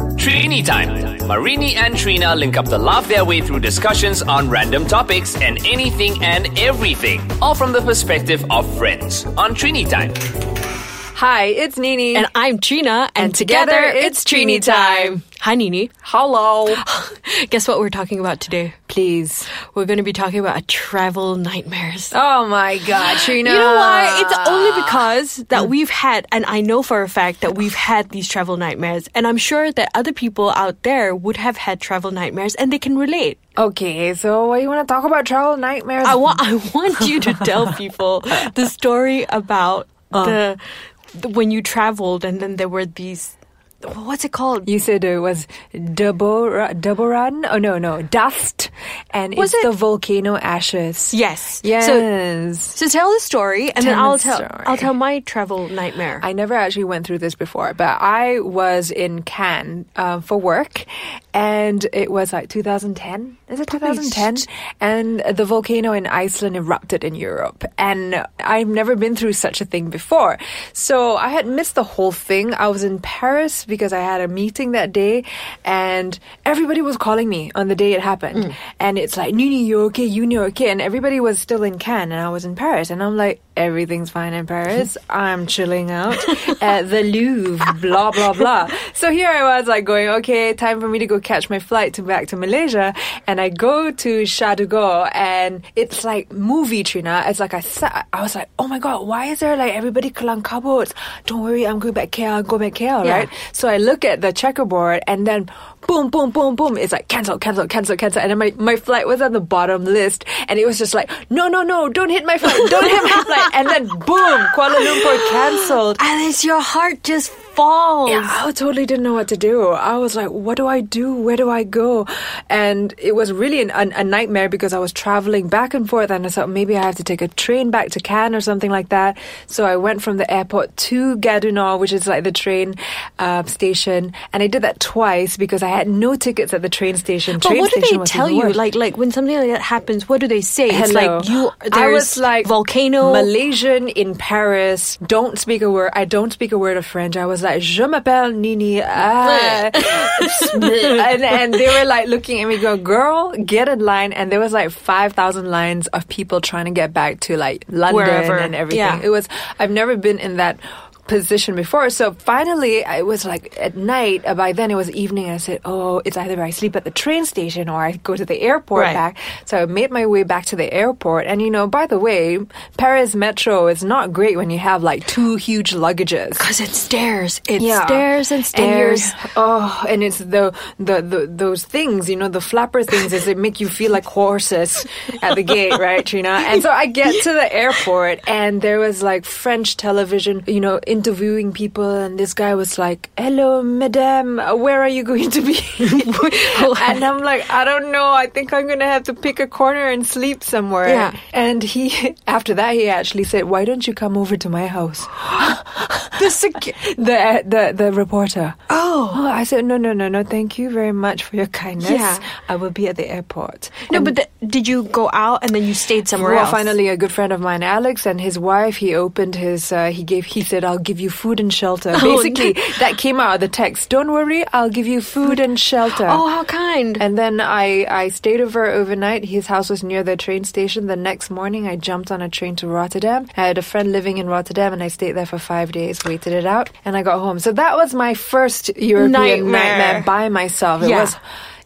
Trini time. Marini and Trina link up to laugh their way through discussions on random topics and anything and everything, all from the perspective of friends on Trini time. Hi, it's Nini. And I'm Trina, and, And together, it's Trini time. Hi, Nini. hello. Guess what we're talking about today? Please. We're going to be talking about our travel nightmares. Oh my god, Trina. Mm. You know why? It's only because that we've had, and I know for a fact that we've had these travel nightmares, and I'm sure that other people out there would have had travel nightmares, and they can relate. Okay, so what you want to talk about travel nightmares? I want, I want you to tell people the story about Oh. the, the when you traveled, and then there were these. What's it called? you said it was Deborah, Deborah? Oh no, no, dust, and Was it's it- the volcano ashes. Yes. So Yes. So tell the story, and then Tell I'll the tell story. I'll tell my travel nightmare. I never actually went through this before, but I was in Cannes um, for work, and it was like 2010. Is it 2010? And the volcano in Iceland erupted in Europe, and I've never been through such a thing before. So I had missed the whole thing. I was in Paris because I had a meeting that day, and everybody was calling me on the day it happened, and it's like, Nini, you okay? You know, okay? And everybody was still in Cannes, and I was in Paris, and I'm like, everything's fine in Paris. I'm chilling out at the Louvre, blah, blah, blah. So here I was like going, okay, time for me to go catch my flight to back to Malaysia. And I go to Shah de Gaulle and it's like movie Trina. It's like I sat, I was like, oh my God, why is there like everybody kelang kabut? Don't worry, I'm going back KL, go back KL, Yeah. right? So I look at the checkerboard and then boom, boom, boom, boom. It's like cancel, cancel, cancel, cancel. And then my, my flight was on the bottom list and it was just like, no, no, no, don't hit my flight, don't hit my flight. And then boom, Kuala Lumpur cancelled. Alice, your heart just falls. Yeah, I totally didn't know what to do. I was like, what do I do? Where do I go? And it was really an, an, a nightmare because I was traveling back and forth and I thought maybe I have to take a train back to Cannes or something like that. So I went from the airport to Gadunor, which is like the train uh, station. And I did that twice because I had no tickets at the train station. But train what do station they was tell the you? worst. Like, like when something like that happens, what do they say? It's Hello. like you. I There's was like volcano. Malaysian in Paris. Don't speak a word. I don't speak a word of French. I was like, je m'appelle Nini. Ah. and, and they were like looking at me, go, girl, get in line. And there was like five thousand lines of people trying to get back to like London Wherever. and everything. Yeah. It was. I've never been in that position before so finally I was like at night uh, by then it was evening and I said oh it's either I sleep at the train station or I go to the airport Right. back so I made my way back to the airport. And you know, by the way, Paris Metro is not great when you have like two huge luggages. Cause it stairs, it stairs and stairs. And you're- oh, and it's the, the the those things, you know, the flapper things, is it make you feel like horses at the gate, right, Trina? And so I get to the airport, and there was like French television, you know, interviewing people, and this guy was like, "Hello, madame, where are you going to be?" and I'm like, "I don't know. I think I'm gonna have to pick a corner and sleep somewhere." Yeah. And he, after that, he actually said, "Why don't you come over to my house?" the sec- the the the reporter. Oh. I said no, no, no, no. Thank you very much for your kindness. Yeah. I will be at the airport. no, but the, did you go out and then you stayed somewhere Well, else? finally, a good friend of mine, Alex, and his wife, he opened his. Uh, he gave. He said, "I'll give you food and shelter." Oh, no. Basically, that came out of the text. Don't worry, I'll give you food and shelter. Oh, how kind! And then I, I stayed over overnight. His house was near the train station. The next morning, I jumped on a train to Rotterdam. I had a friend living in Rotterdam, and I stayed there for five days, waited it out, and I got home. So that was my first European nightmare, Nightmare. by myself. It Yeah. was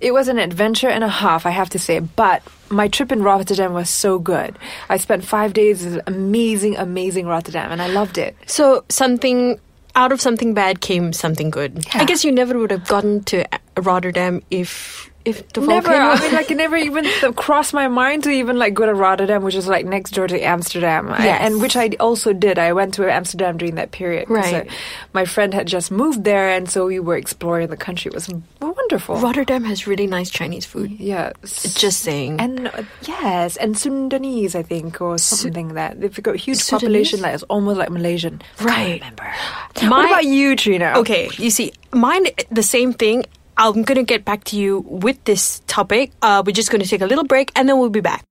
it was an adventure and a half, I have to say. But my trip in Rotterdam was so good. I spent five days in amazing, amazing Rotterdam, and I loved it. So something out of something bad came something good. Yeah. I guess you never would have gotten to Rotterdam if if the Never. volcano. I mean, I can never even th- cross my mind to even like go to Rotterdam, which is like next door to Amsterdam. I- Yes. and which I also did. I went to Amsterdam during that period. So Right. my friend had just moved there, and so we were exploring the country. It was wonderful. Rotterdam has really nice Chinese food. yes. Just saying. and uh, yes, and Sundanese, I think, or something like that they've got a huge Sudanese? population that is almost like Malaysian. Right. Can't remember. what My- about you, Trina? okay, you see, mine the same thing. I'm gonna get back to you with this topic. Uh, we're just gonna take a little break and then we'll be back.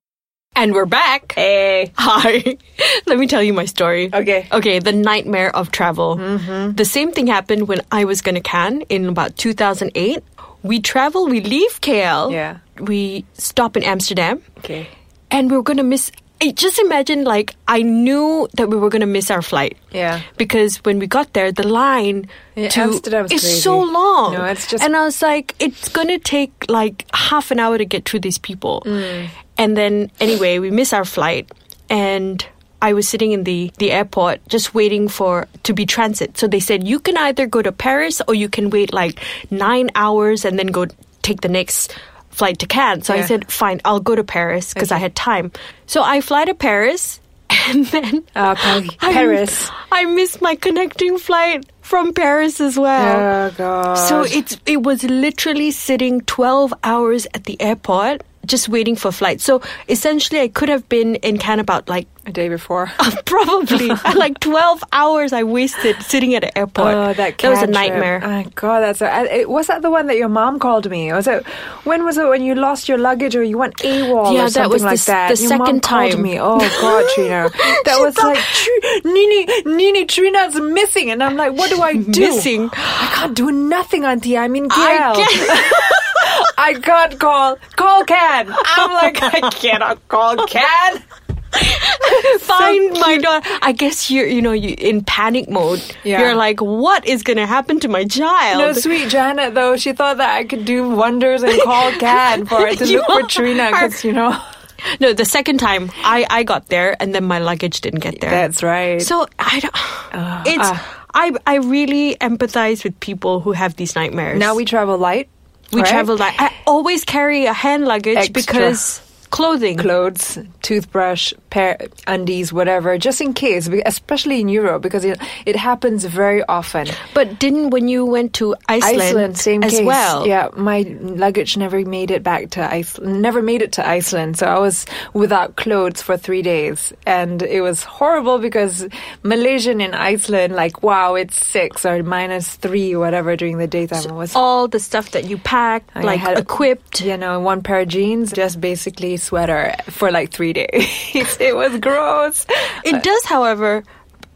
And we're back. Hey. Hi. Let me tell you my story. Okay. Okay, the nightmare of travel. Mm-hmm. The same thing happened when I was going to Cannes in about 2008. We travel, we leave KL. Yeah. We stop in Amsterdam. Okay. And we were going to miss. I just imagine, like, I knew that we were going to miss our flight. Yeah. Because when we got there, the line Yeah, to Amsterdam's is crazy. so long. No, it's just- And I was like, it's going to take like half an hour to get through these people. Mm. And then, anyway, we miss our flight. And I was sitting in the, the airport just waiting for to be transit. So they said, you can either go to Paris or you can wait like nine hours and then go take the next flight to Cannes. So I Yeah. said, fine, I'll go to Paris because I had time. So I fly to Paris. And then Uh, Paris. I- Paris. I missed my connecting flight from Paris as well. Oh, God. so it's it was literally sitting 12 hours at the airport just waiting for flight. So essentially I could have been in Cannes about like a day before. probably like 12 hours I wasted sitting at an airport. Oh, that was a cab trip. nightmare. Oh, God, that's a, I- it, was that the one that your mom called me? Was it when was it when you lost your luggage or you went AWOL or Yeah, that something was the like s- that? the your mom second called time. me. Oh God, Trina, that She was thought- like "Tr- Nini, Nini, Trina's missing, and I'm like, what do I do? Missing. I can't do nothing, Auntie. I'm in KL. I can't- I can't call. Call Can. I'm like, I cannot call Can. find my daughter. I guess you're, you know, you in panic mode. Yeah. You're like, what is going to happen to my child? No, sweet Janet, though, she thought that I could do wonders and call Can for it to You look for are- Trina, because, you know. No, the second time I, I got there and then my luggage didn't get there. That's right. So I don't. it's ah. I I really empathize with people who have these nightmares. Now we travel light. we right? travel like I always carry a hand luggage Extra. because clothing. clothes, toothbrush, pair, undies, whatever, just in case, be- especially in Europe because it, it happens very often. but didn't when you went to Iceland, Iceland, same as case. well? Yeah, my luggage never made it back to Iceland. Never made it to Iceland, so I was without clothes for three days, and it was horrible because Malaysian in Iceland, like wow, it's six or minus three, whatever during the daytime. it was All the stuff that you packed, I like had- equipped. you know, one pair of jeans, just basically sweater for like three days. it was gross. It does, however,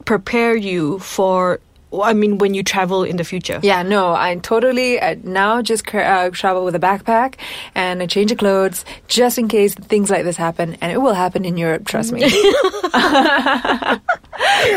prepare you for. I mean, when you travel in the future. Yeah, no, I totally uh, now just cr- uh, travel with a backpack and a change of clothes just in case things like this happen, and it will happen in Europe, trust me.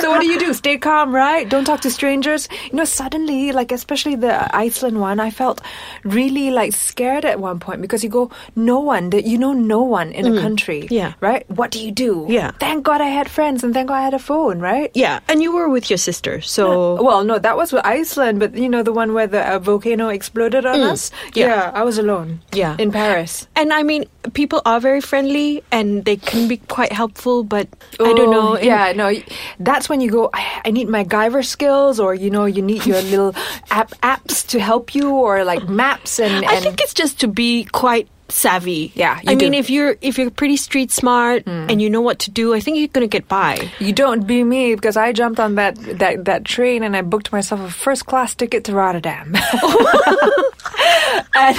so what do you do? Stay calm, right? Don't talk to strangers. You know, suddenly, like especially the Iceland one, I felt really like scared at one point because you go no one that you know no one in a country, Mm. Yeah. right? What do you do? Yeah. thank God I had friends and thank God I had a phone, right? Yeah, and you were with your sister, so Well, no, that was with Iceland, but you know the one where the uh, volcano exploded on us. Mm, yeah. I was alone. Yeah. in Paris. And I mean, people are very friendly and they can be quite helpful, but I don't know. Oh, in- yeah, no, y- that's when you go. I, I need my Guyver skills, or you know, you need your little app apps to help you, or like maps and. and I think it's just to be quite savvy. Yeah, you I mean, do. Mm. if you're if you're pretty street smart and you know what to do, I think you're gonna get by. you don't be me because I jumped on that, that, that train and I booked myself a first class ticket to Rotterdam. and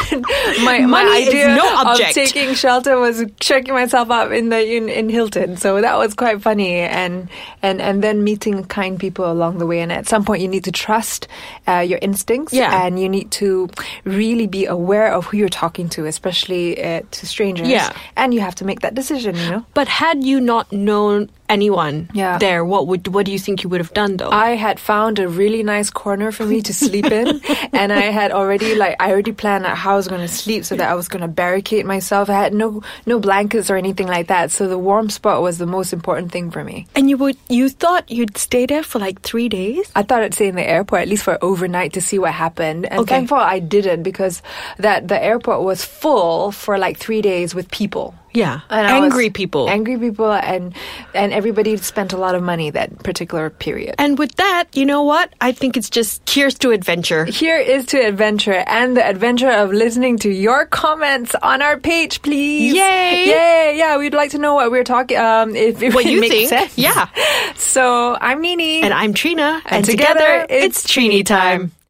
my, my Money is idea no of object. taking shelter was checking myself up in the in, in Hilton. So that was quite funny and and and then meeting kind people along the way. And at some point, you need to trust uh, your instincts Yeah. and you need to really be aware of who you're talking to, especially uh, to strangers. Yeah. and you have to make that decision. You know. But had you not known anyone Yeah. there, what would what do you think you would have done though? I had found a really nice corner for me to sleep in, and I had already like I already planned out how I was going to sleep so that I was going to barricade myself. I had no no blankets or anything like that, so the warm spot was the most important thing for me. and you would you thought you'd stay there for like three days? I thought I'd stay in the airport at least for overnight to see what happened, and Okay. thankful I didn't because that the airport was full for like three days with people. Yeah, And I was- angry people. angry people, and and everybody spent a lot of money that particular period. and with that, you know what? I think it's just cheers to adventure. Here is to adventure and the adventure of listening to your comments on our page, please. Yay! Yay! Yeah, we'd like to know what we're talking. Um, if, if What it you makes think? sense. Yeah. So I'm Nini, And I'm Trina, And together, it's Trini Trini time.